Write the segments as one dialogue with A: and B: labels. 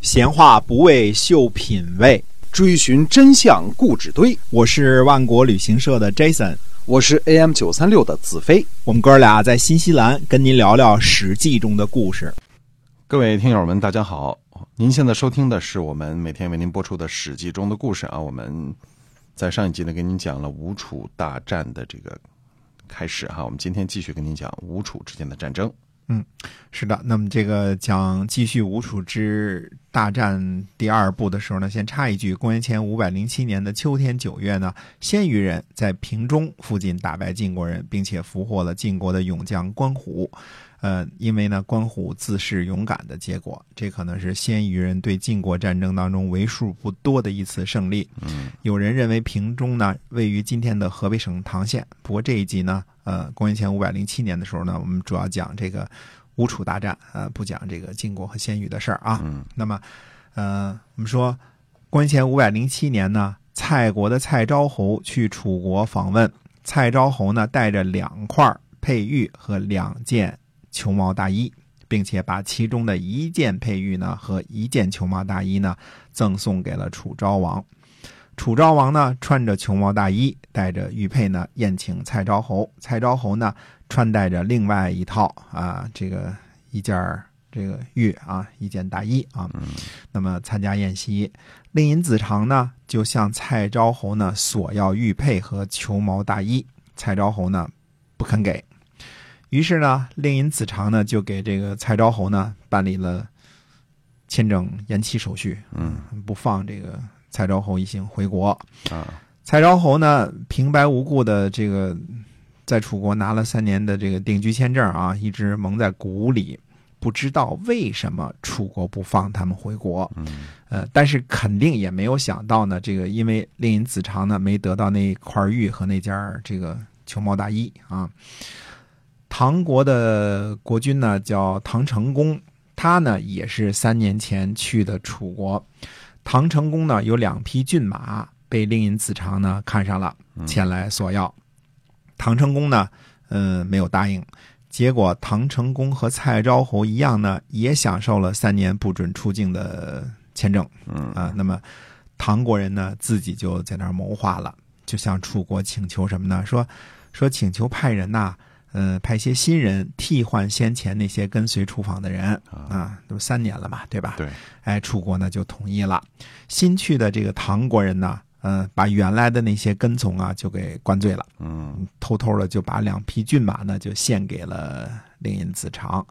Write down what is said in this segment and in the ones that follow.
A: 闲话不为秀品味，
B: 追寻真相故纸堆。
A: 我是万国旅行社的 Jason，
B: 我是 AM 九三六的子飞。
A: 我们哥俩在新西兰跟您聊聊《史记》中的故事。
C: 各位听友们，大家好！您现在收听的是我们每天为您播出的《史记》中的故事啊。我们在上一集呢，给您讲了吴楚大战的这个开始哈、我们今天继续跟您讲吴楚之间的战争。
A: 是的，那么这个讲继续吴楚之大战第二部的时候呢，先插一句，公元前五百零七年的秋天九月呢，鲜于人在平中附近打败晋国人，并且俘获了晋国的勇将关虎。呃，因为呢，关虎自恃勇敢的结果，这可能是鲜于人对晋国战争当中为数不多的一次胜利。
C: 嗯，
A: 有人认为平中呢位于今天的河北省唐县。不过这一集呢，呃，公元前五百零七年的时候呢，我们主要讲这个吴楚大战，呃，不讲这个晋国和鲜于的事儿啊。
C: 嗯
A: 那么，呃，我们说，公元前五百零七年呢，蔡国的蔡昭侯去楚国访问，蔡昭侯呢带着两块佩玉和两件裘毛大衣。并且把其中的一件佩玉呢和一件裘毛大衣呢赠送给了楚昭王。楚昭王呢穿着裘毛大衣，带着玉佩呢宴请蔡昭侯。蔡昭侯呢穿戴着另外一套啊，这个一件儿这个玉啊，一件大衣啊。
C: 嗯
A: 那么参加宴席，令尹子长呢就向蔡昭侯呢索要玉佩和裘毛大衣，蔡昭侯呢不肯给。于是呢，令尹子长呢就给这个蔡昭侯呢办理了签证延期手续，
C: 嗯
A: 不放这个蔡昭侯一行回国。
C: 啊，
A: 蔡昭侯呢，平白无故的这个在楚国拿了三年的这个定居签证啊，一直蒙在鼓里，不知道为什么楚国不放他们回国。
C: 嗯
A: 呃，但是肯定也没有想到呢，这个因为令尹子长呢没得到那块玉和那件儿这个裘毛大衣啊。唐国的国君呢叫唐成功，他呢也是三年前去的楚国。唐成功呢有两匹骏马被令尹子长呢看上了，
C: 嗯
A: 前来索要。唐成功呢，呃，没有答应。结果唐成功和蔡昭侯一样呢，也享受了三年不准出境的签证
C: 嗯
A: 啊。那么唐国人呢，自己就在那儿谋划了，就向楚国请求什么呢？说说请求派人呐、呃，派些新人替换先前那些跟随楚访的人
C: 啊，
A: 啊，都三年了嘛，对吧？
C: 对，
A: 哎，楚国呢就同意了。新去的这个唐国人呢，呃，把原来的那些跟从啊就给灌醉了。
C: 嗯
A: 偷偷的就把两匹骏马呢就献给了令尹子长。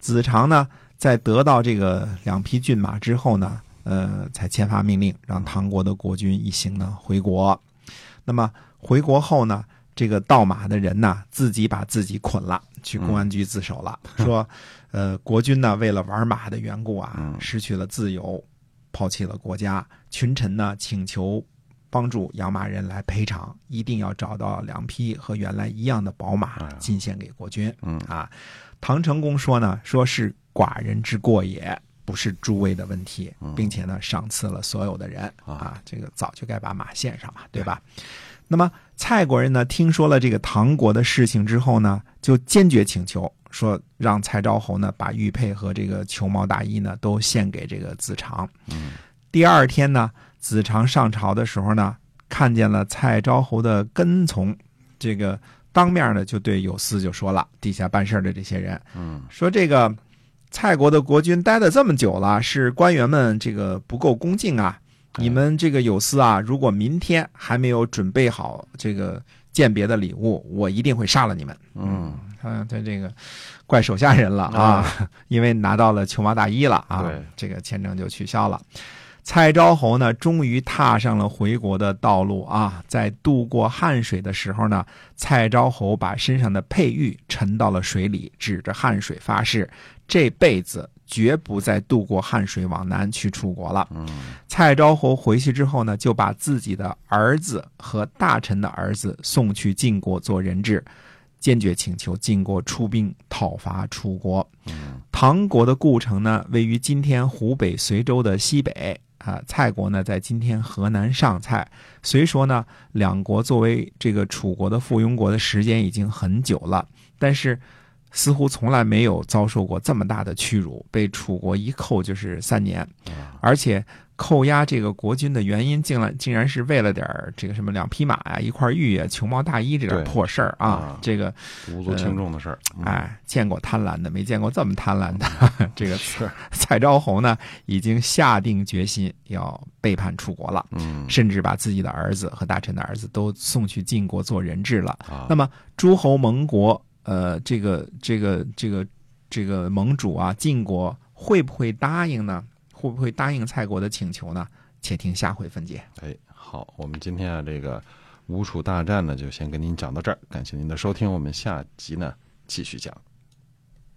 A: 子长呢，在得到这个两匹骏马之后呢，呃，才签发命令，让唐国的国君一行呢回国。那么回国后呢，这个盗马的人呢，自己把自己捆了，去公安局自首了，说，呃，国君呢为了玩马的缘故啊
C: 嗯，
A: 失去了自由，抛弃了国家。群臣呢请求帮助养马人来赔偿，一定要找到两匹和原来一样的宝马
C: 哎呀
A: 进献给国君。
C: 嗯
A: 啊，唐成功说呢，说是寡人之过也，不是诸位的问题，并且呢赏赐了所有的人啊，这个早就该把马献上嘛，对吧？那么蔡国人呢，听说了这个唐国的事情之后呢，就坚决请求说，让蔡昭侯呢把玉佩和这个裘毛大衣呢都献给这个子长。
C: 嗯
A: 第二天呢，子长上朝的时候呢，看见了蔡昭侯的跟从，这个当面呢就对有司就说了，地下办事儿的这些人
C: 嗯
A: 说这个蔡国的国君待的这么久了，是官员们这个不够恭敬啊。你们这个有司啊，如果明天还没有准备好这个鉴别的礼物，我一定会杀了你们。
C: 嗯，
A: 他他这个怪手下人了啊， 因为拿到了球毛大衣了啊
C: 对，
A: 这个签证就取消了。蔡昭侯呢，终于踏上了回国的道路啊！在渡过汉水的时候呢，蔡昭侯把身上的佩玉沉到了水里，指着汉水发誓，这辈子绝不再渡过汉水往南去楚国了。蔡昭侯回去之后呢，就把自己的儿子和大臣的儿子送去晋国做人质，坚决请求晋国出兵讨伐楚国。唐国的故城呢，位于今天湖北随州的西北。啊，蔡国呢，在今天河南上蔡。虽说呢，两国作为这个楚国的附庸国的时间已经很久了，但是似乎从来没有遭受过这么大的屈辱，被楚国一扣就是三年，而且扣押这个国君的原因，竟然竟然是为了点儿这个什么两匹马呀、一块玉啊、穷毛大衣这点
C: 对
A: 破事儿啊
C: 啊，
A: 这个
C: 无足轻重的事儿。嗯，
A: 哎，见过贪婪的，没见过这么贪婪的。 这个蔡昭侯呢，已经下定决心要背叛楚国了，
C: 嗯，
A: 甚至把自己的儿子和大臣的儿子都送去晋国做人质了。
C: 啊，
A: 那么诸侯盟国，呃，这个这个这个这个盟主啊，晋国会不会答应呢？会不会答应蔡国的请求呢？且听下回分解。
C: 哎，好，我们今天啊这个吴楚大战呢，就先跟您讲到这儿，感谢您的收听，我们下集呢继续讲。